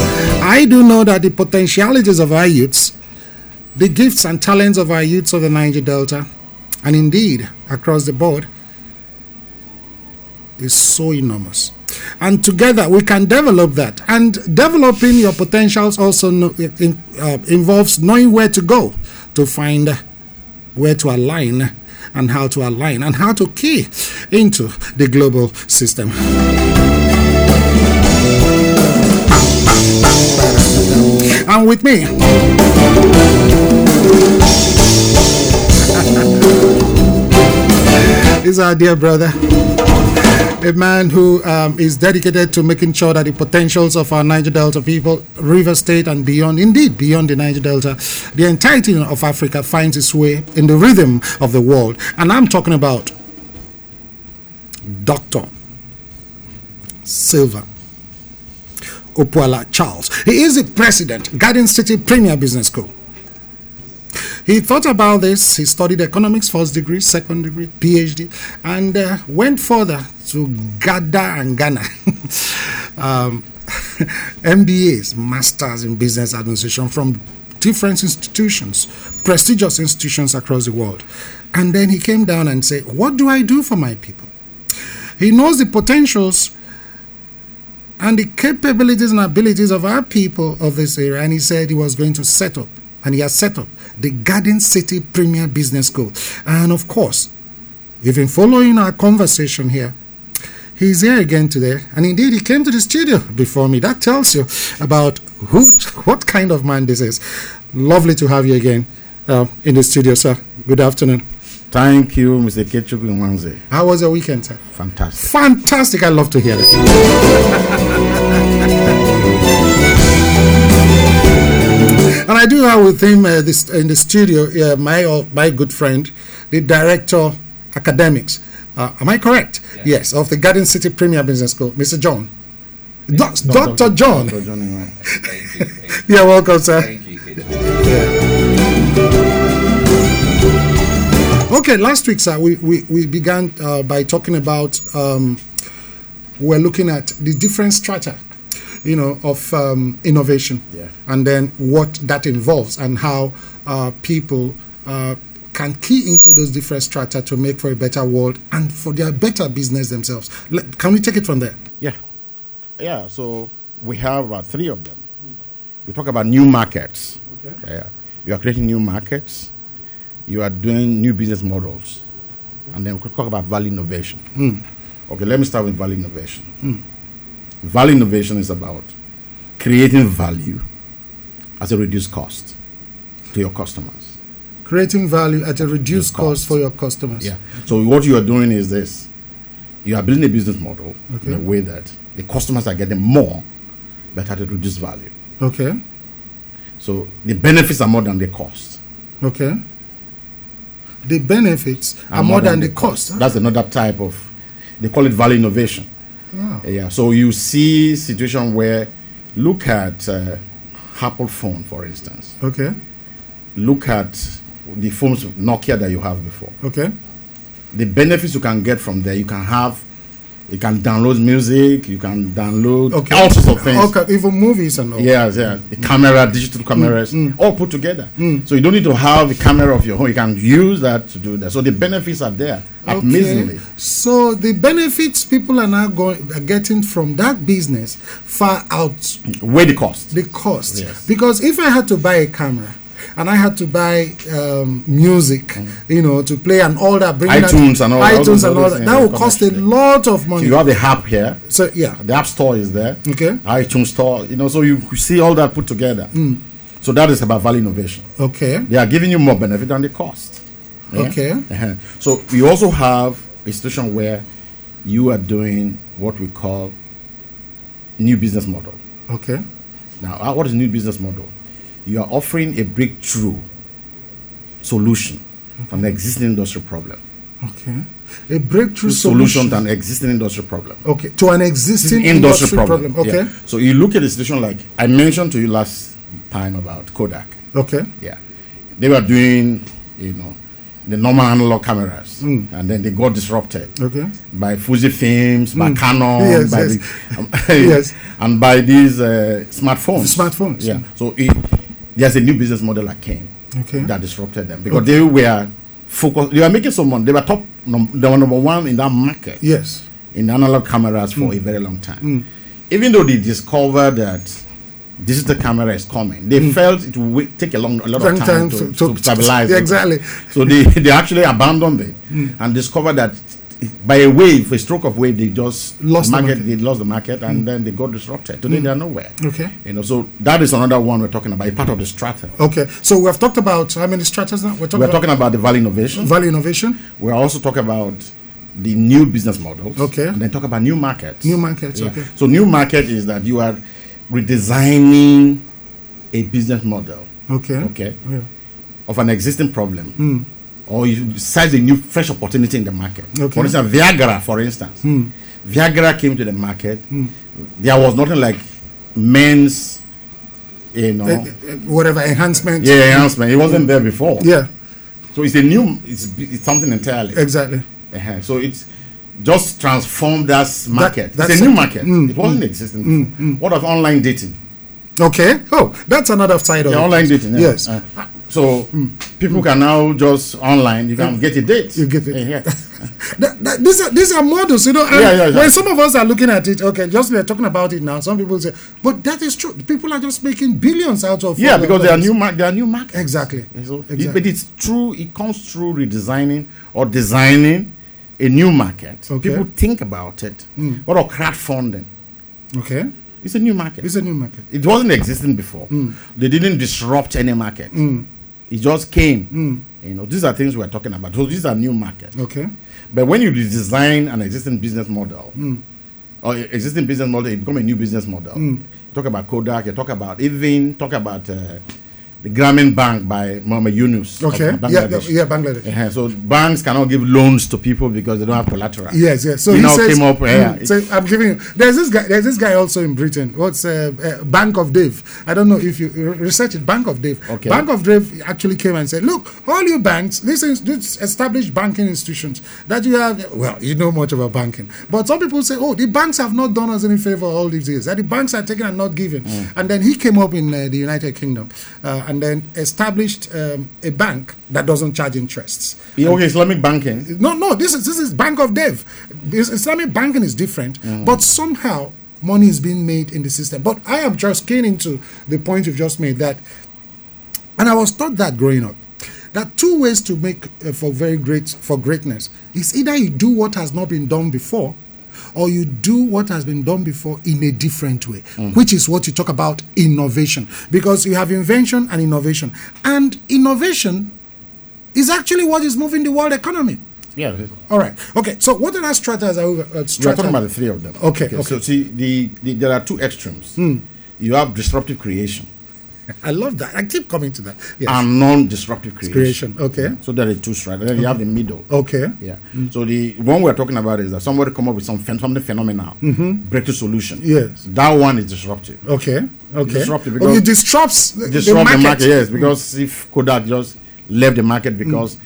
I do know that the potentialities of our youths, the gifts and talents of our youths of the Niger Delta, and indeed across the board, is so enormous. And together we can develop that. And developing your potentials also no, in, uh, involves knowing where to go to find where to align and how to align and how to key into the global system. And with me, is our dear brother a man who um, is dedicated to making sure that the potentials of our Niger Delta people, River State, and beyond, indeed beyond the Niger Delta, the entirety of Africa finds its way in the rhythm of the world. And I'm talking about Dr. Silver. Opwala Charles. He is the president, Garden City Premier Business School. He thought about this. He studied economics, first degree, second degree, PhD, and uh, went further to Ghana and Ghana. um, MBAs, Masters in Business Administration from different institutions, prestigious institutions across the world. And then he came down and said, What do I do for my people? He knows the potentials and the capabilities and abilities of our people of this area. And he said he was going to set up, and he has set up the Garden City Premier Business School. And of course, you've been following our conversation here. He's here again today, and indeed, he came to the studio before me. That tells you about who, what kind of man this is. Lovely to have you again uh, in the studio, sir. Good afternoon. Thank you, Mr. Ketchuku Mwanze. How was your weekend, sir? Fantastic. Fantastic. I love to hear it. and I do have with him uh, this in the studio uh, my uh, my good friend, the director academics. Uh, am I correct? Yes, of the Garden City Premier Business School, Mr. John. Doc- Dr. John. Dr. John Iwa. Thank you. Thank you. You're welcome, sir. Thank you. Okay, last week, sir, we, we, we began uh, by talking about um, we're looking at the different strata, you know, of um, innovation, Yeah. and then what that involves and how uh, people uh, can key into those different strata to make for a better world and for their better business themselves. Let, can we take it from there? Yeah. Yeah, so we have about three of them. We talk about new markets. Okay. Yeah. You are creating new markets, you are doing new business models, and then we could talk about value innovation. Okay, let me start with value innovation. Value innovation is about creating value as a reduced cost to your customers. Creating value at a reduced cost, cost. for your customers. Yeah. So what you are doing is this: you are building a business model Okay. in a way that the customers are getting more, but at a reduced value. Okay. So the benefits are more than the cost. Okay. The benefits are more than the cost. That's another type of. They call it value innovation. Wow. Yeah. So you see situation where, look at uh, Apple phone for instance. Okay. Look at the phones Nokia that you have before. Okay. the benefits you can get from there, you can have, you can download music, you can download Okay. all sorts of things. Okay, Mm, even movies and all. Yes, yeah, the camera, digital cameras, all put together. Mm. So you don't need to have a camera of your own. You can use that to do that. So the benefits are there, amazingly. So the benefits people are now going are getting from that business far out Weigh the cost. the cost. Yes. Because if I had to buy a camera and I had to buy um, music, you know, to play and all that, bring Mm. iTunes that, and all- all iTunes those and all that, other things that that will come cost a with it. lot of So money. you have the app here. so yeah, The app store is there. Okay. Mm. iTunes store. You know, so you see all that put together. So that is about value innovation. okay, they are giving you more benefit than the cost. Okay. Uh-huh. So you also have a situation where you are doing what we call new business model. okay, Now, uh, what is new business model? You are offering a breakthrough solution from an existing industrial problem. okay. A breakthrough Solution solution. to an existing industrial problem. okay, to an existing Industrial industry problem. Okay, Yeah. So you look at the situation like I mentioned to you last time about Kodak. okay, Yeah. They were doing, you know, the normal analog cameras, and then they got disrupted Hmm. Okay. Hmm. by Fuji films, by Canon, Yes, by yes. The, um, Yes. and by these uh, smartphones. Smartphones. Yeah. So it, there's a new business model that came Okay. that disrupted them because they were focused. They were making some money. They were top. Num- they were number one in that market Yes. in analog cameras for a very long time. Hmm. Even though they discovered that digital camera is coming, they felt it would wait- take a long, a lot of time Sometimes to, Hmm. to- to, to- stabilize. it. exactly. Hmm. So they, they actually abandoned it and discovered that by a wave, a stroke of wave, they just Lost the market, market. Hmm. They lost the market, and then they got disrupted. Today they are nowhere. Okay. You know, so that is another one we're talking about, a part of the strata. Okay. So we have talked about how many strategies now? We're talking, We're about talking about the value innovation. value innovation. We also talk about the new business models. Okay. And then talk about new markets. New markets, okay. So new market is that you are redesigning a business model, Okay. okay, Oh. Yeah. of an existing problem. Hmm. Or you size a new fresh opportunity in the market. Okay. Hmm. For instance, Viagra, for instance. Viagra came to the market. There was nothing like men's you know Eh, eh, Whatever enhancement. yeah announcement. It wasn't there before. Yeah. So it's a new it's, it's something entirely. Exactly. Uh-huh. So it's just transformed that s- market. that's Mm, it's a new it. market. it wasn't existing. before. mm. What of online dating? Okay. Oh, that's another side of Yeah, it. online dating. yeah. Yes. Uh, so people can now just online. You can get a date. Uh-huh. You get it. Yeah, yeah. That- that- these are these are models, you know. and Yeah, yeah, yeah. When some of us are looking at it, okay, just we're talking about it now. Some people say, but that is true. People are just making billions out of Yeah, all of because there are that. new mar- there are new markets. Exactly. So it- Exactly. but it's true. It comes through redesigning or designing a new market. Okay. Mm. People think about it. What of crowdfunding? Okay, It's a new market. it's a new market. It wasn't existing before. Mm. They didn't disrupt any market. It just came. You know, these are things we're talking about. So these are new markets. Mm. Okay, But when you redesign an existing business model, Mm. or a- existing business model, it become a new business model. Talk about Kodak. You talk about even talk about uh, the Grameen Bank by Mama Yunus. of okay, yeah, yeah, Bangladesh. yeah, Bangladesh. Uh-huh. So banks cannot give loans to people because they don't have collateral. Yes, yes. So he, he, now says, came up. mm, yeah, so I'm giving. You, there's this guy. There's this guy also in Britain. What's uh, uh, Bank of Dave? I don't know if you re- research it. Bank of Dave. Okay. Bank of Dave actually came and said, "Look, all you banks, this is this established banking institutions that you have. Well, you know much about banking, but some people say, oh, the banks have not done us any favor all these years. That the banks are taking and not giving. Mm. And then he came up in uh, the United Kingdom, uh, and then established um, a bank that doesn't charge interests. Yeah, okay, Islamic banking. No, no, this is this is Bank of Dev. This Islamic banking is different, but somehow money is being made in the system. But I am just keen into the point you've just made that, and I was taught that growing up, that two ways to make uh, for very great for greatness is either you do what has not been done before, or you do what has been done before in a different way, which is what you talk about innovation, because you have invention and innovation, and innovation is actually what is moving the world economy. Yeah. it is. All right. Okay. So what other stratas are we uh, We're talking strata? about the three of them. Okay, okay. Hmm. So see, the, the there are two extremes. You have disruptive creation I love that. I keep coming to that. Yes. and non-disruptive creation. Creation. Okay. So there are two strata. Then you have the middle. Okay. Hmm. Yeah. So the one we're talking about is that somebody come up with some phen- something phenomenal, breakthrough solution. Mm-hmm. Yes. That one is disruptive. Okay. Okay. Disrupt it oh, because- it disrupts the, Disrupt the market. Hmm. Yes, because if Kodak just left the market because A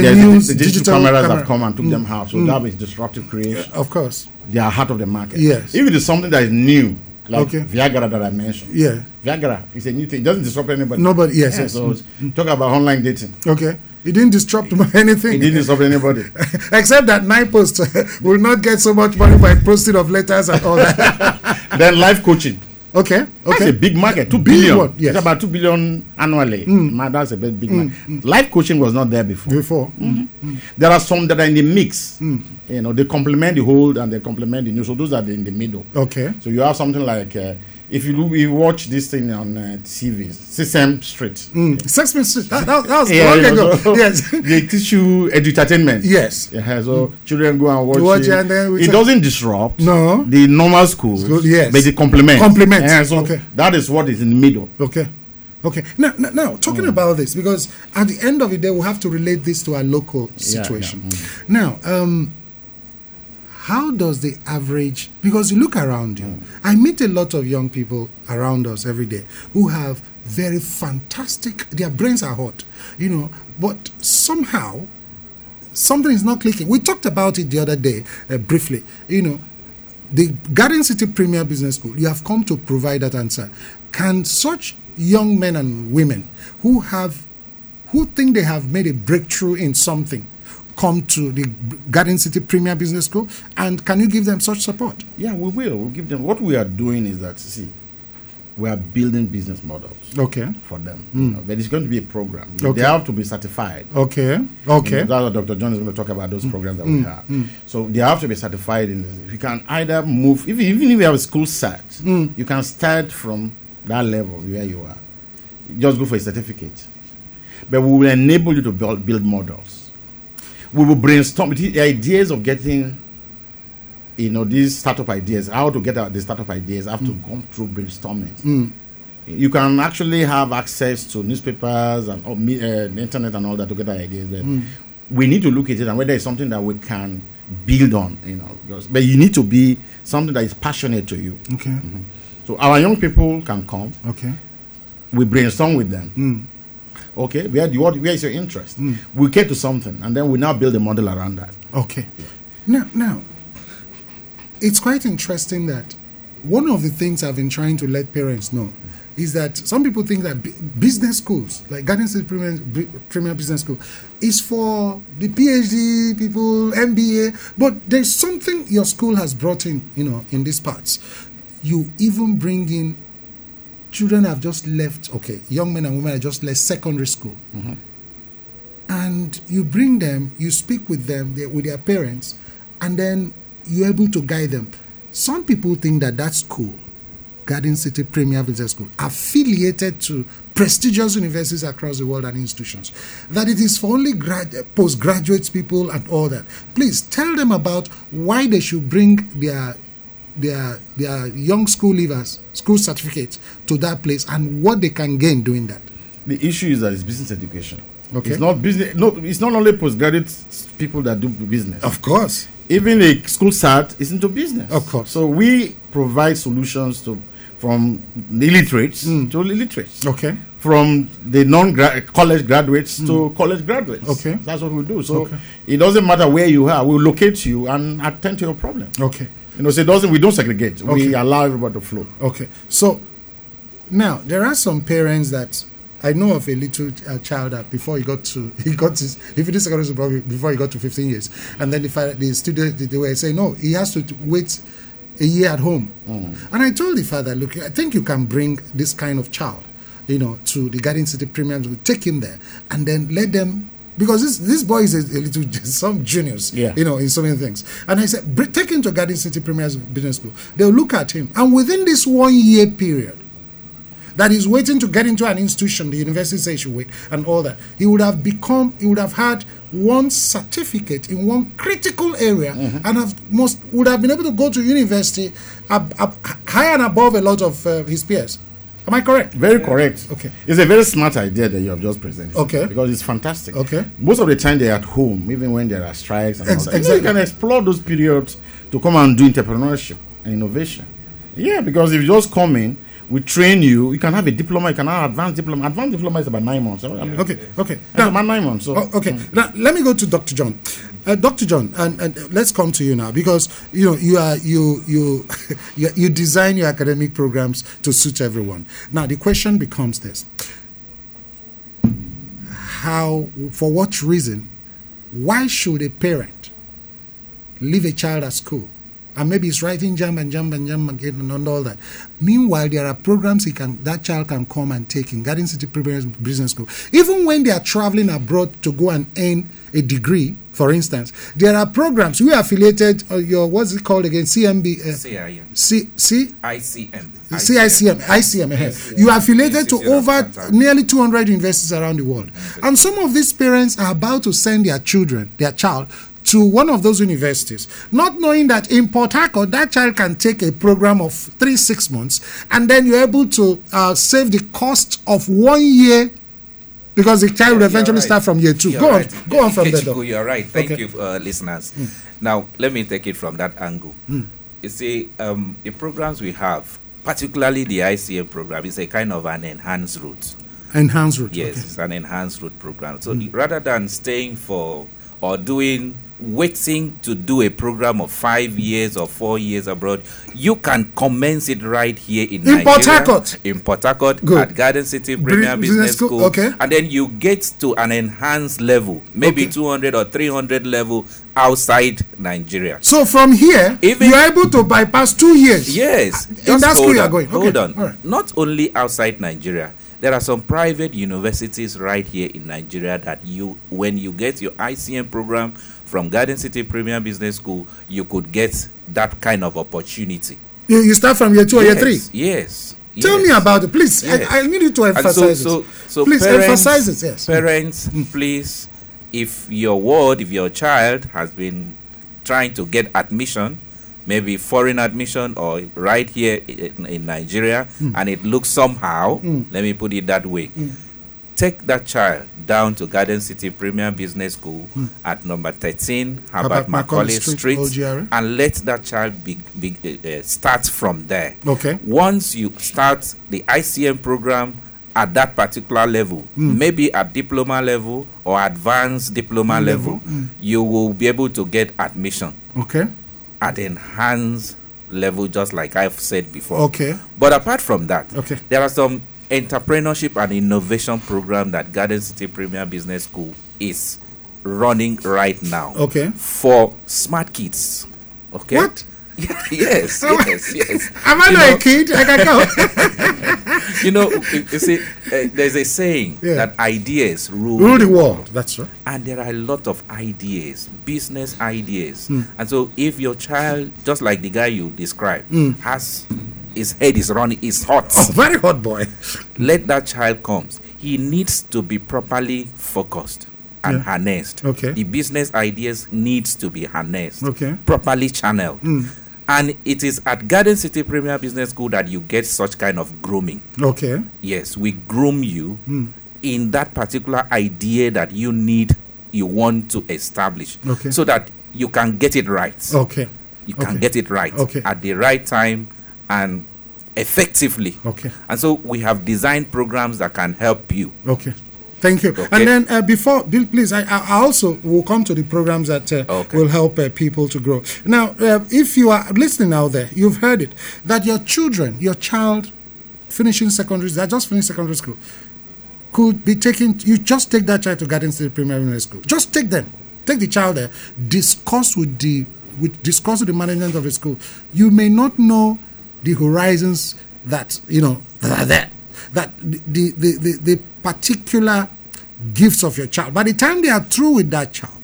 there's new the, the digital digital cameras camera. Hmm. have come and took them out, so that is disruptive creation. Of course. they are heart of the market. Yes. If it is something that is new, like Okay. Viagra that I mentioned. Yeah. Viagra is a new thing. It doesn't disrupt anybody. Nobody- yes, yes. Mm. So talk about online dating. Okay. It didn't disrupt anything. It didn't disrupt anybody. Except that nine post will not get so much money by posting of letters and all that. then life coaching. okay. That's a Okay. big market. Two Big billion. one, yes. Mm. It's about two billion annually. Man, that's a big, big market. Life coaching was not there before. Before. Mm-hmm. There are some that are in the mix. Mm. You know, they complement the whole and they complement the new. So those are in the middle. Okay. So you have something like uh, if you, look- you watch this thing on uh, TV, Sesame Street. Mm. Sex Ministry. That, that, that was Yeah, long you know, ago. so yes. they teach you entertainment. Yes. Yeah, so children go and watch, Watch it. and then we it ta- doesn't disrupt No. the normal school, School, yes. but it complements. Complements, Yeah, so okay. that is what is in the middle. Okay. Okay. Now, now, now talking Mm. about this, because at the end of the day, we have to relate this to our local yeah, Mm. situation. Now, um, how does the average, because you look around Mm. you, I meet a lot of young people around us every day who have very fantastic, their brains are hot, you know, but somehow something is not clicking. We talked about it the other day uh, briefly. You know, the Garden City Premier Business School, you have come to provide that answer. Can such young men and women who have who think they have made a breakthrough in something come to the Garden City Premier Business School and can you give them such support? Yeah, we will. We'll give them. What we are doing is that, see, we are building business models Okay. Hmm. for them. you know, but it's going to be a program. Okay. They have to be certified. Okay. You Okay. know, that's what Dr. John is going to talk about those programs that we have. So they have to be certified. In this. You can either move, if, even if you have a school cert, you can start from that level where you are. Just go for a certificate. But we will enable you to build, build models. We will brainstorm the the ideas of getting, you know, these startup ideas, how to get out the startup ideas, have to come through brainstorming you can actually have access to newspapers and all me- uh, the internet and all that to get ideas. But we need to look at it and whether it's something that we can build on, you know. because- but you need to be something that is passionate to you. Okay. Mm-hmm. So our young people can come. Okay. We brainstorm with them. Okay, where do you, what, where is your interest? We get to something, and then we now build a model around that. Okay. Now, now, it's quite interesting that one of the things I've been trying to let parents know is that some people think that bu- business schools, like Garden City Premier, Bu- Premier Business School, is for the PhD people, MBA. But there's something your school has brought in, you know, in these parts. You even bring in children have just left. Okay, young men and women have just left secondary school and you bring them, you speak with them, they, with their parents, and then you're able to guide them. Some people think that that school, Garden City Premier Business School, affiliated to prestigious universities across the world and institutions, that it is for only grad, postgraduates people and all that. Please tell them about why they should bring their their their young school leavers school certificates to that place and what they can gain doing that. The issue is that it's business education. Okay. It's not business. No, it's not only postgraduate s- people that do business. course. even a school start is into business. Of course. So we provide solutions to from the illiterates Hmm. to illiterates. Okay. From the non-college graduates to college graduates. Hmm. Okay. That's what we do. So it doesn't matter where you are. We locate you and attend to your problem. Okay. You know, so it doesn't. We don't segregate. Okay. We allow everybody to flow. Okay. So now there are some parents that I know of a little uh, child that before he got to he got his if it is secondary school probably before he got to 15 years and then the father, the student they- they were saying no he has to t- wait a year at home and I told the father look I think you can bring this kind of child you know to the Garden City Premiums we take him there and then let them because this this boy is a, a little some juniors Yeah. you know, in so many things. And I said, "Br- take him to Garden City Premier Business School. They'll look at him. And within this one year period that he's waiting to get into an institution, the university says you wait, and all that, he would have become, he would have had one certificate in one critical area and have most would have been able to go to university ab, ab, high and above a lot of uh, his peers. Am I correct? Very correct. Okay. It's a very smart idea that you have just presented. Okay. Because it's fantastic. Okay. Most of the time they're at home, even when there are strikes and Ex- all that. You know, exactly. You can explore those periods to come and do entrepreneurship and innovation. Yeah, because if you just come in, we train you, you can have a diploma, you can have advanced diploma. Advanced diploma is about nine months. I mean, Okay, okay. That's about nine months. So Oh, okay. Now let me go to Dr. John. Uh, Dr. John, and, and uh, let's come to you now because you know you are you you you, you design your academic programs to suit everyone. Now the question becomes this: How, for what reason, why should a parent leave a child at school? And maybe he's writing jam and jam and jam again and all that. Meanwhile, there are programs he can that child can come and take in Garden City Preparatory Business School. Even when they are traveling abroad to go and earn a degree, for instance, there are programs we are affiliated. Uh, your what's it called again? CMB. Uh, CIM. C C ICM. CICM, ICM, eh. you are affiliated to Institute of over Contact. nearly 200 universities around the world. And some of these parents are about to send their children, their child, to one of those universities, not knowing that in Port Harcourt, that child can take a program of three, six months, and then you're able to uh, save the cost of one year because the child will You're eventually right. start from year 2 You're go on, right. go on from there. Ikechukwu, doc. You're right. Thank Okay. Hmm. you, uh, listeners. Now, let me take it from that angle. You see, um, the programs we have, particularly the ICM program, is a kind of an enhanced route. Enhanced route. Mm. Yes, it's an enhanced route program. So rather than staying for or doing waiting to do a program of five years or four years abroad, you can commence it right here in, In Port Nigeria, Harcourt. In Port Harcourt, Good. at Garden City Bri- Premier Business Business, School, School. okay. And then you get to an enhanced level, maybe Okay. 200 or 300 level outside Nigeria. So from here, Even- you're able to bypass two years. Yes. In just that school hold you are on, going. Okay, Hold on. all right. Not only outside Nigeria, there are some private universities right here in Nigeria that you, when you get your ICM program from Garden City Premier Business School, you could get that kind of opportunity. You, you start from year two or year three. Yes. Yes. Tell yes. me about it, please. Yes. I, I need you to And emphasize so, so, it. so please parents, emphasize it. Yes. Parents, please, if your ward, if your child has been trying to get admission, maybe foreign admission or right here i- in, in Nigeria, Hmm. and it looks somehow, let me put it that way. Take that child down to Garden City Premier Business School at number 13 Hmm. Herbert Herbert Macaulay Macaulay Street, Street, OGRA. and let that child be, be, uh, uh, start from there Okay. once you start the ICM program at that particular level, maybe at diploma level or advanced diploma level, you will be able to get admission Okay. at enhanced level, just like I've said before. Okay. But apart from that, Okay. there are some entrepreneurship and innovation program that Garden City Premier Business School is running right now. Okay. For smart kids. Okay. What? yes, yes, yes. Am I You not know- a kid? I can go. you know, you, you see, uh, there's a saying Yeah. that ideas rule, Rule the world. That's right. and there are a lot of ideas, business ideas. Hmm. And so, if your child, just like the guy you described, Hmm. has his head is running, is hot, Oh, very hot boy. let that child comes. He needs to be properly focused and Yeah. harnessed. Okay. The business ideas needs to be harnessed. Okay. Hmm. Properly channeled. And it is at Garden City Premier Business School that you get such kind of grooming. Okay. Yes, we groom you Hmm. in that particular idea that you need, you want to establish, Okay. so that you can get it right. Okay. You okay. can get it right Okay. at the right time and effectively. Okay. And so we have designed programs that can help you. Okay. Thank you. Okay. And then uh, before, Bill, please, I, I I also will come to the programs that uh, Okay. will help uh, people to grow. Now, uh, if you are listening out there, you've heard it that your children, your child finishing secondary, that just finished secondary school, could be taken, you just take that child to Garden City Premier Middle School. Just take them. Take the child there. Discuss with the with discuss with the management of the school. You may not know the horizons that you know that are there. That the the, the, the particular gifts of your child. By the time they are through with that child,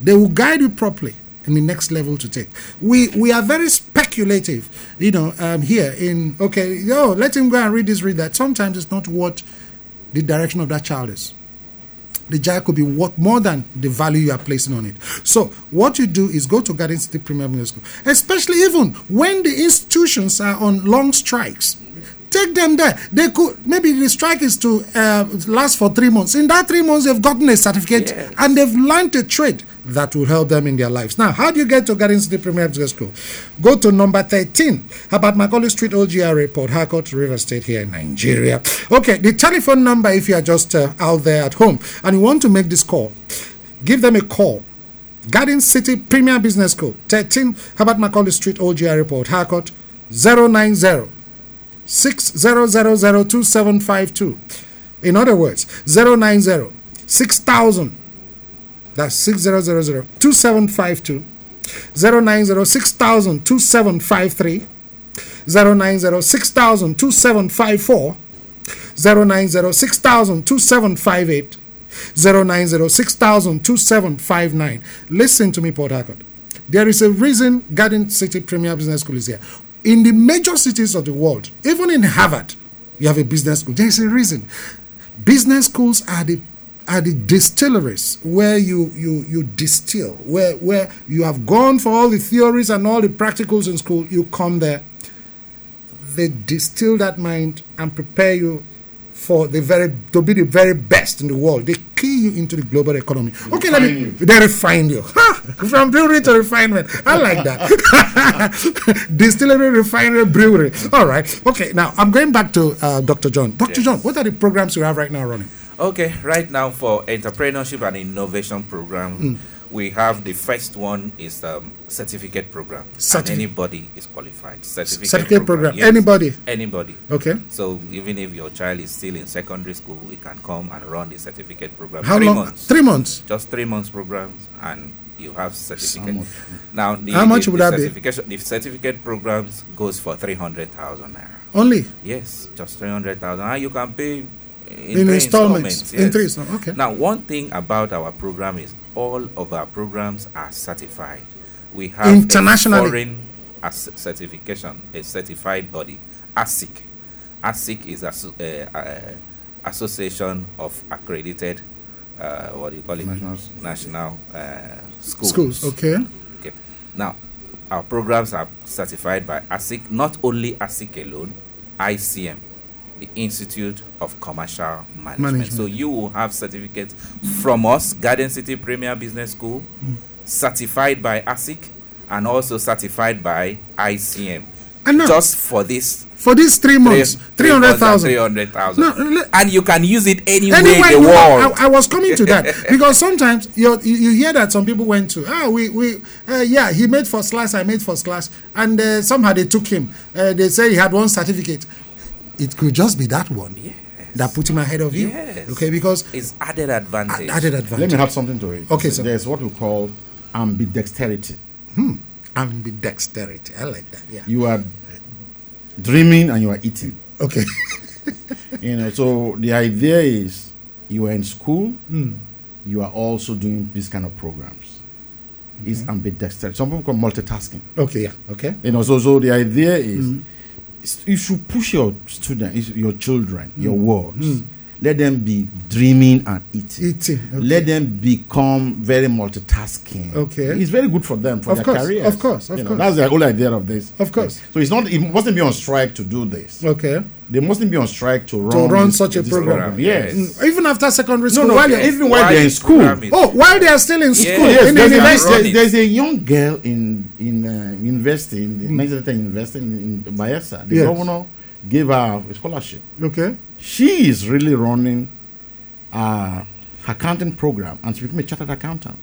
they will guide you properly in the next level to take. We we are very speculative, you know, um, here in okay, yo, let him go and read this, read that. Sometimes it's not what the direction of that child is. The child could be worth more than the value you are placing on it. So what you do is go to Garden City Premier Middle School, especially even when the institutions are on long strikes. Take them there. They could maybe the strike is to uh, last for three months. In that three months, they've gotten a certificate Yes. and they've learned a trade that will help them in their lives. Now, how do you get to Garden City Premier Business School? Go to number 13, about Macaulay Street, OGRA, Port Harcourt, River State here in Nigeria. Okay, the telephone number, if you are just uh, out there at home and you want to make this call, give them a call. Garden City Premier Business School, 13 Herbert Macaulay Street, OGRA, Port Harcourt, 090 60002752. In other words, 090 6000 that's 6000 2752 090 6000 2753 090 6000 2754 090 6000 2758 090 6000 2759 listen to me port harcourt there is a reason garden city premier business school is here in the major cities of the world even in harvard you have a business school there is a reason business schools are the are the distilleries where you you you distill where where you have gone for all the theories and all the practicals in school you come there they distill that mind and prepare you for the very to be the very best in the world. They key you into the global economy. okay, let me refine they refine you. From brewery to refinement. I like that. Distillery, refinery, brewery. All right. Okay, now I'm going back to uh, Dr. John. Dr. John, what are the programs you have right now running? Okay, right now for entrepreneurship and innovation program, Hmm. we have the first one is um, certificate program. And Certifi- anybody is qualified. Certificate, Certificate program. yes. Anybody. Anybody. Okay. So even if your child is still in secondary school, we can come and run the certificate program. How three long? Months. Three months. Just three months programs, and you have certificate. much? Now, the, How much the, would the that be? certification- The certificate programs goes for three hundred thousand naira. Only Yes, just 300,000. And Ah, you can pay in, in three installments. In yes. three installments. Okay. Now, one thing about our program is all of our programs are certified. We have Internationally. a foreign as- certification, a certified body, ASIC. ASIC is asso- uh, uh, Association of Accredited, uh, what do you call it? National- National uh, schools. Schools. Okay. Okay. Now, our programs are certified by ASIC, not only ASIC alone, ICM, the Institute of Commercial Management. Management. So you will have certificates from us, Garden City Premier Business School, Hmm. certified by ASIC, and also certified by ICM. And now- just for this. For these three months, three hundred thousand. Three hundred thousand. No, le- and you can use it anywhere, Anywhere in you the are, world. I, I was coming to that because sometimes you're- you you hear that some people went to ah we we uh, yeah he made first class I made first class and uh, somehow they took him uh, they say he had one certificate it could just be that one that put him ahead of you Yes. okay because it's added advantage. added Let advantage me add something to it. oh. Okay, sir. There's what we call ambidexterity. ambidexterity I like that yeah You are dreaming and you are eating. okay You know, so the idea is you are in school, Hmm. you are also doing these kind of programs. It's ambidexterity. Some people call multitasking. okay yeah okay You know, so so the idea is Hmm. s- you should push your students, your children, Hmm. your words. Let them be dreaming and eating. Eating, okay. Let them become very multitasking. Okay. It's very good for them for Of their course, careers. of course, of You know, course. That's the whole idea of this. Of course. So it's not it mustn't be on strike to do this. okay They mustn't be on strike to run run this- such a this program. Yes. even after secondary school No, while no, you're- even while they're in school. program is- oh while they are still in Yeah. school Yes, in the there's, a, university there's- run it. there's a young girl in in uh, university in the Nigeria University in, in Bayelsa. The Yes. governor gave her a scholarship. okay She is really running uh, her accounting program, and she became a chartered accountant.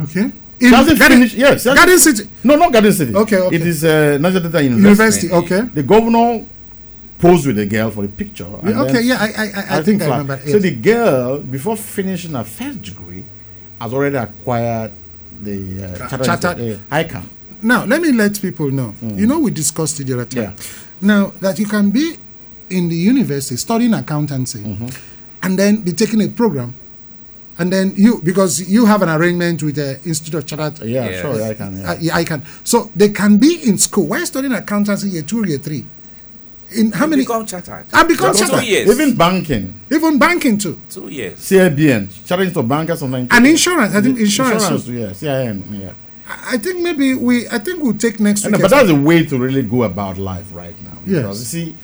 okay She hasn't Garden- finished. Yes, she hasn't- Garden City No, not Garden City. Okay, okay. It is uh, Nigeria Delta University. University, okay. The governor posed with the girl for the picture. and Yeah, okay, then- yeah, I, I, I, I think I like- remember. So Yes. the girl, before finishing her first degree, has already acquired the uh, chartered, chartered- uh, ICANN. now, let me let people know. You know, we discussed it the other time. Hmm. Yeah. Now, that you can be in the university studying accountancy Mm-hmm. and then be taking a program, and then you, because you have an arrangement with the Institute of Chartered. Yeah, Yes. sorry, ICANN. Yeah. Uh, yeah, I can. So they can be in school. Why studying accountancy year two, year three? In how many? Become chartered. And become Just chartered. Two years. Even banking, even banking too, two years. CIBN, chartered to bankers, something. and insurance. I think insurance. Insurance, too. yeah, CIN, yeah. I I think maybe we. I think we'll take next And, week. but that's the way to really go about life right now. Because Yes. you see,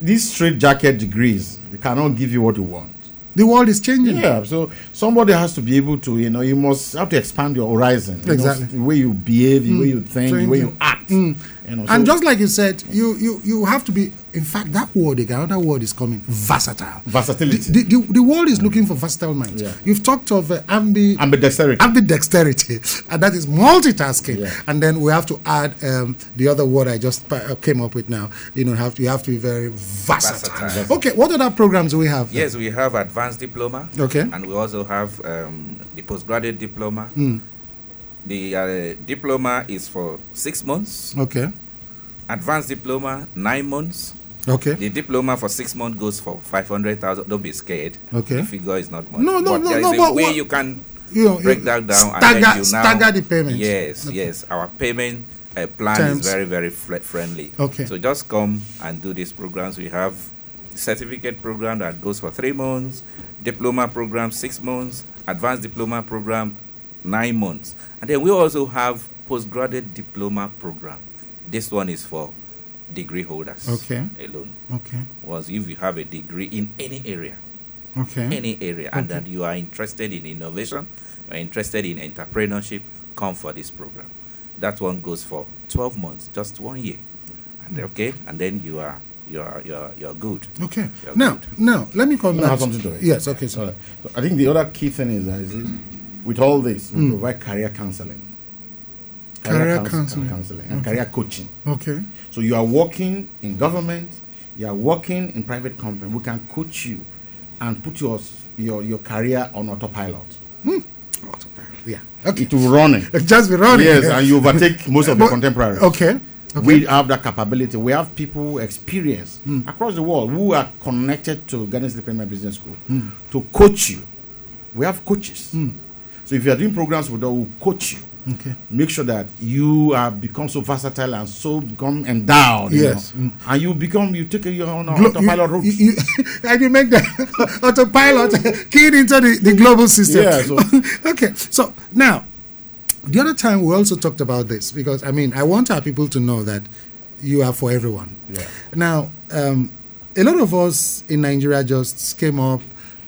these straight jacket degrees it cannot give you what you want. the world is changing. Yeah, so somebody has to be able to, you know, you must have to expand your horizon. You know, Exactly. Mm. the way you behave, the way you think, the way you act. You know, And so- just like you said, you you you have to be. In fact, that word again, another word is coming. Versatile. Versatility. The, the, the, the world is looking for versatile minds. Yeah. You've talked of uh, ambi, ambidexterity. ambidexterity, and that is multitasking. Yeah. And then we have to add um, the other word I just pa- uh, came up with now. You know, have to, you have to be very versatile. Versatile. Okay, what other programs do we have? then? Yes, we have advanced diploma. Okay. And we also have um, the postgraduate diploma. The uh, diploma is for six months. Okay. Advanced diploma nine months. Okay. The diploma for six months goes for five hundred thousand. Don't be scared. Okay. The figure is not much. No, no, but no, there is no, a but way what- you can You know, break you- that down and stagger- then you now stagger the payments. Yes, Okay. yes. Our payment uh, plan Terms. is very, very fl- friendly. Okay. So just come and do these programs. We have certificate program that goes for three months, diploma program six months, advanced diploma program nine months, and then we also have postgraduate diploma program. This one is for degree holders. Okay. Alone. Okay. Was if you have a degree in any area Okay. any area and that you are interested in innovation, you are interested in entrepreneurship, come for this program. That one goes for 12 months, just one year. And okay, and then you are you're you're you're good. Okay. You're Now, good. now let me come I back. have something to it. Yes. Okay. So All right. So I think the other key thing is that is it- with all this, we provide career counseling, Mm. Career couns- counseling. counseling and career coaching. okay. So you are working in government, you are working in private company. We can coach you and put your your, your career on autopilot. Yeah. Okay. It will run it. Just be running. Yes, and you overtake most of your But- contemporaries. Okay. Hmm. We have that capability. We have people experience across the world who are connected to Ghana State Premier Business School Hmm. to coach you. We have coaches. So if you are doing programs with us, we'll coach you. Hmm. Okay. Make sure that you are become so versatile and so become endowed. you Yes. know, Hmm. and you become you take your own Glo- autopilot route. you, you, you, and you make the autopilot keyed into the, the global system. Yeah, so- okay. So now, the other time we also talked about this because I mean I want our people to know that you are for everyone. Yeah. Now, um, a lot of us in Nigeria just came up.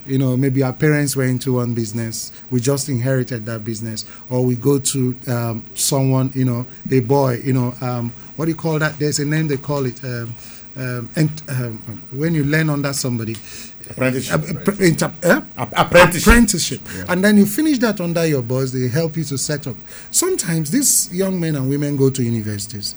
You know, maybe our parents were into one business. We just inherited that business, or we go to um, someone. You know, a boy. You know, um, what do you call that? There's a name they call it. Um, um, and um, when you learn under somebody, Apprenticeship. Ap- ap- inter- eh? Ap- apprenticeship. Apprenticeship. And then you finish that under your boss, they help you to set up. Sometimes these young men and women go to universities.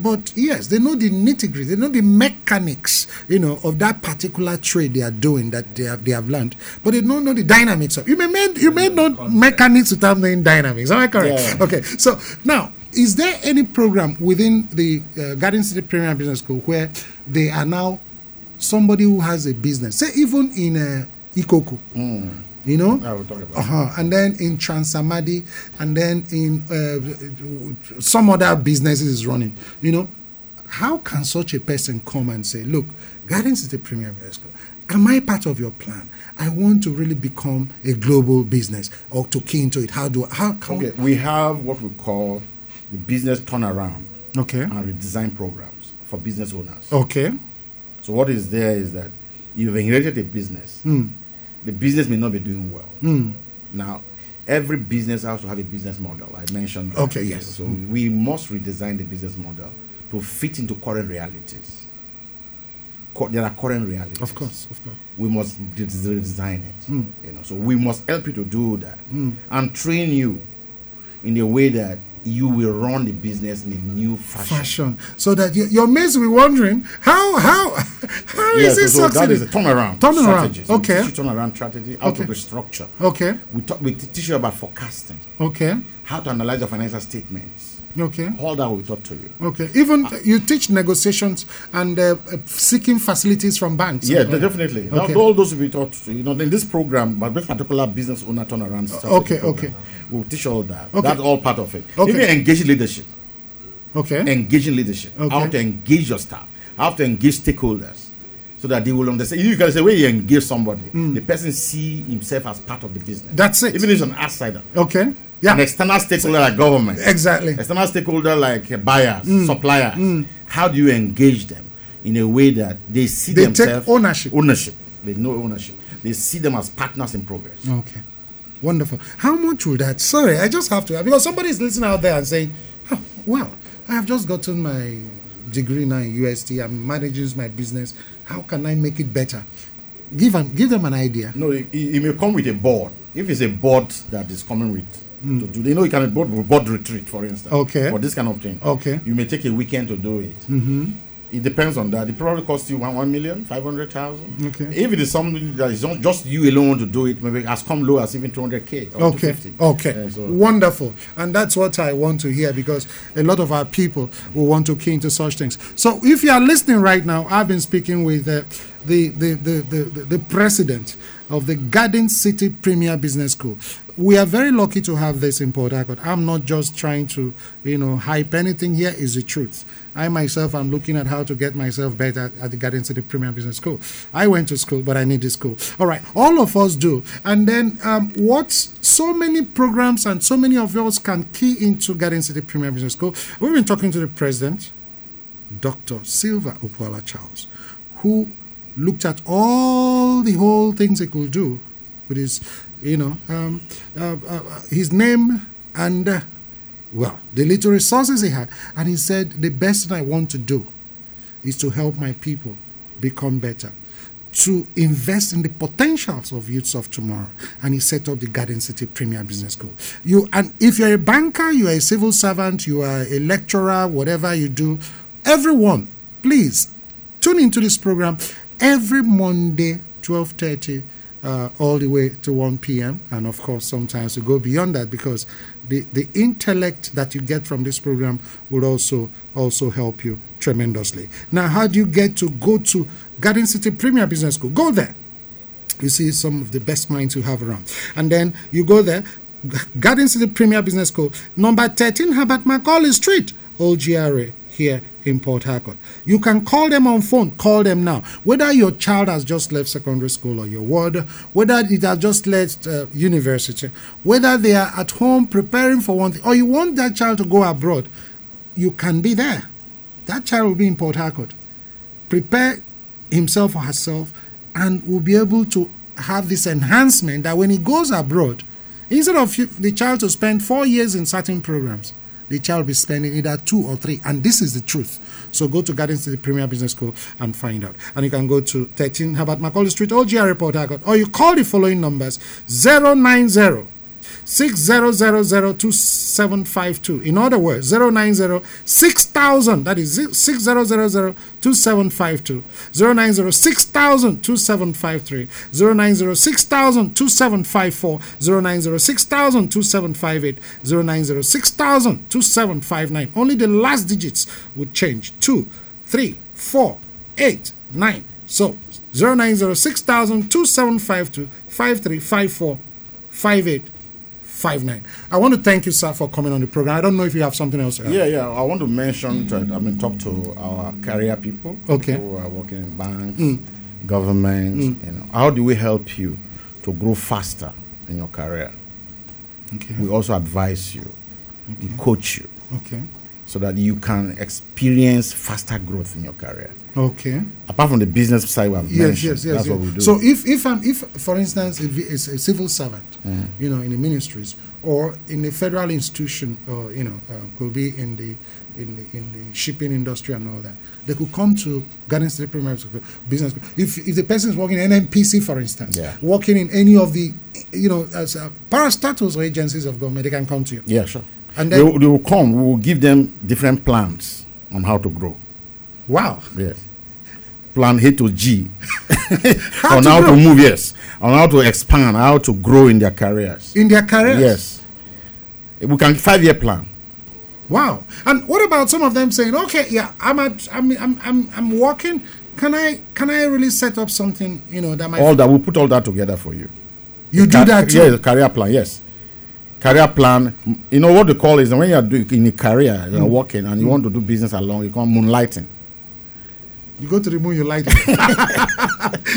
But yes, they know the nitty gritty, they know the mechanics, you know, of that particular trade they are doing that they have they have learned. But they don't know the dynamics of you may made, you may know mechanics without knowing dynamics. Am I correct? Yeah. Okay. So now is there any program within the uh, Garden City Premier Business School where they are now somebody who has a business, say even in uh, Ikoku, you know, I will talk about it. uh-huh. and then in Transamadi, and then in uh, some other businesses is running, you know, how can such a person come and say, look, Gardens is the premier business school. Am I part of your plan? I want to really become a global business or to key into it. How do I, how can Okay, we have what we call the business turnaround Okay. and redesign programs for business owners. Okay. So what is there is that you've inherited a business. Hmm. The business may not be doing well. Now, every business has to have a business model. I mentioned. that. Okay, yes. So we must redesign the business model to fit into current realities. Co- there are current realities. Of course. Hmm. Of course. We must de- redesign it. You know, so we must help you to do that Hmm. and train you in a way that you will run the business in a new Fashion. So that you, your mates will be wondering how how how is so- it so that succeeding? is a turnaround. Turnaround, strategy. So we okay. teach you turnaround strategy. How Okay. to restructure. Okay. We talk. We te- teach you about forecasting. Okay. How to analyze your financial statements. Okay. All that we taught to you. Okay. Even you teach negotiations and uh, uh, seeking facilities from banks. Yeah, de- definitely. Now, Okay. all those will be taught. to You know, in this program, but this particular business owner turnaround. strategy okay, program, okay. We'll teach all that. Okay. That's all part of it. Okay. Even engaging leadership. Okay. Engaging leadership. How Okay. to engage your staff. How to engage stakeholders. So that they will understand. You guys say when you engage somebody, the person see himself as part of the business. Hmm. That's it. Even if it's an outsider. Okay. Yeah. an external stakeholder like government Exactly. Mm. external stakeholder like uh, buyers suppliers how do you engage them in a way that they see They take themselves ownership. ownership they know ownership they see them as partners in progress Okay. Wonderful. How much will that? Sorry, I just have to because somebody is listening out there and saying, oh, "Well, I have just gotten my degree now in UST. I'm managing my business. How can I make it better?" Give them, give them an idea. no it, it- it may come with a board if it's a board that is coming with to do they know you can board board retreat for instance Hmm. Okay. for this kind of thing Okay. Mm-hmm. you may take a weekend to do it It depends on that. It probably costs you one one million five hundred thousand. Okay. If it is something that is not just you alone to do it, maybe it has come low as even two hundred k. Okay. Okay. Yeah, so- Wonderful. And that's what I want to hear because a lot of our people will want to key into such things. So if you are listening right now, I've been speaking with uh, the, the, the, the, the, the president of the Garden City Premier Business School. We are very lucky to have this in Port Harcourt. I'm not just trying to, you know, hype anything here. Is the truth. I myself am looking at how to get myself better at the Garden City Premier Business School. I went to school, but I need this school. All right, all of us do. And then um, what so many programs and so many of us can key into Garden City Premier Business School. We've been talking to the president. Dr. Silva Upuala Charles, who looked at all the whole things he could do with his, you know, um, uh, uh, uh, his name and, uh, well, the little resources he had. And he said, the best thing I want to do is to help my people become better, to invest in the potentials of youths of tomorrow. And he set up the Garden City Premier Business School. You and if you're a banker, you are a civil servant, you are a lecturer, whatever you do, everyone, please tune into this program every Monday, 12:30. Uh, all the way to 1 p.m. And of course, sometimes we go beyond that because the, the intellect that you get from this program will also also help you tremendously. Now, how do you get to go to Garden City Premier Business School? Go there. You see some of the best minds you have around. And then you go there, Garden City Premier Business School, number 13 Herbert Macaulay Street, Old GRA here in Port Harcourt. You can call them on phone, call them now. Whether your child has just left secondary school or your ward, whether it has just left uh, university, whether they are at home preparing for one thing, or you want that child to go abroad, you can be there. That child will be in Port Harcourt. Prepare himself or herself and will be able to have this enhancement that when he goes abroad, instead of you- the child to spend four years in certain programs, the child will be spending either two or three. And this is the truth. So go to Garden City Premier Business School and find out. And you can go to 13 Herbert Macaulay Street, OGR Report, Harcourt, or you call the following numbers 090 60002752. In other words, 090 6000, that is 60002752, 090 60002753, 090 60002754, 090 60002758, 090 60002759. Only the last digits would change. 2, 3, 4, 8, 9. So 090 60002752, 5354, 5859. I want to thank you, sir, for coming on the program. I don't know if you have something else. to add. Yeah, yeah. I want to mention that I mean talk to our career people. Okay. Mm. Who are working in banks, governments. You know, how do we help you to grow faster in your career? Okay. We also advise you, we coach you, Okay. so that you can experience faster growth in your career. Okay. Apart from the business side, we have Yes, mentioned, yes, yes. that's yes. what we do. So if if I'm if for instance if it's a civil servant, Mm-hmm. you know, in the ministries or in a federal institution, or you know, uh, could be in the in the, in the shipping industry and all that, they could come to Garden City Primary School, Business School. If if the person is working in NMPC, for instance, Yeah. working in any of the you know as, uh, parastatals or agencies of government, they can come to you. yeah, sure. And And then- they, will- they will come. We will give them different plans on how to grow. Wow. Yes. Plan A to G. How on to how grow. to move, yes. On how to expand, how to grow in their careers. In their careers. Yes. We can five year plan. Wow. And what about some of them saying, okay, yeah, I'm at, I'm, I'm, I'm, I'm working. Can I, can I really set up something, you know, that might, All that we'll put all that together for you. you do Ca- that too? Yes, career plan, yes. Career plan. mm, You know what they call is when you're doing in a career, Mm. you're working and you want to do business along, you call moonlighting. You go to the moon, you light it.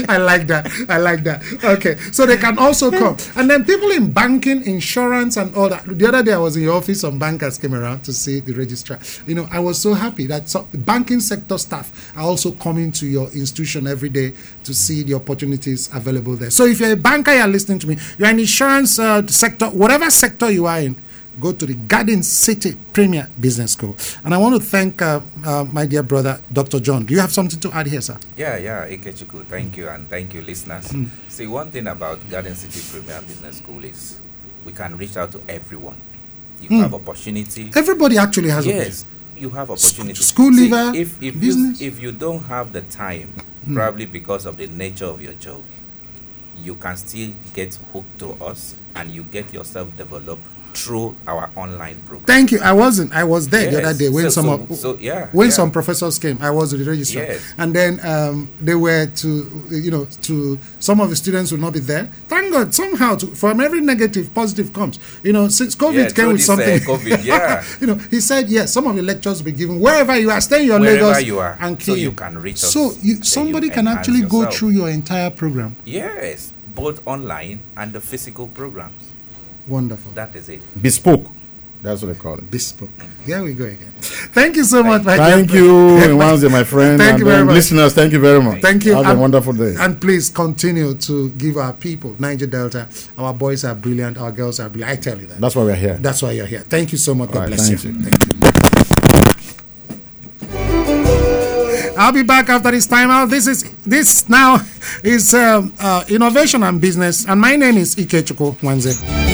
I like that. I like that. Okay. So they can also come. And then people in banking, insurance, and all that. The other day I was in your office, some bankers came around to see the registrar. You know, I was so happy that so, the banking sector staff are also coming to your institution every day to see the opportunities available there. So if you're a banker, you're listening to me, you're an insurance uh, sector, whatever sector you are in, go to the Garden City Premier Business School. And I want to thank uh, uh, my dear brother, Dr. John. Do you have something to add here, sir? Yeah, yeah, Ikechuku, thank you, and thank you, listeners. Hmm. See, one thing about Garden City Premier Business School is we can reach out to everyone. You Hmm. have opportunity. Everybody actually has Yes, you have opportunity. school See, leaver, if, if business. Hmm. You, if you don't have the time, probably because of the nature of your job, you can still get hooked to us and you get yourself developed through our online program. Thank you. I wasn't. I was there the Yes. other day when So- some so- of, so, yeah, when yeah. some professors came. I was with the registrar, Yes. and then um, they were to you know to some of the students will not be there. Thank God somehow to, from every negative, positive comes. You know since COVID Yeah, came through with this, uh, something. COVID, yeah. you know he said yes. Some of the lectures will be given wherever you are. Stay in your Wherever Lagos you are, and so Kenya. you can reach us, So then you, you somebody can enhance actually go yourself. through your entire program. Yes, both online and the physical programs. Wonderful. That is it. Bespoke. That's what they call it. Bespoke. Here we go again. Thank you so much. my dear Thank friend. you, and once again, my friend. Thank and you very then much. Listeners, thank you very much. Thank you. Have And- a wonderful day. And please continue to give our people, Niger Delta, our boys are brilliant, our girls are brilliant. I tell you that. That's why we're here. That's why you're here. Thank you so much. God right, bless thank you. you. Thank you. I'll be back after this timeout. This is this now is um, uh, innovation and business, and my name is Ike Chuku Wanze.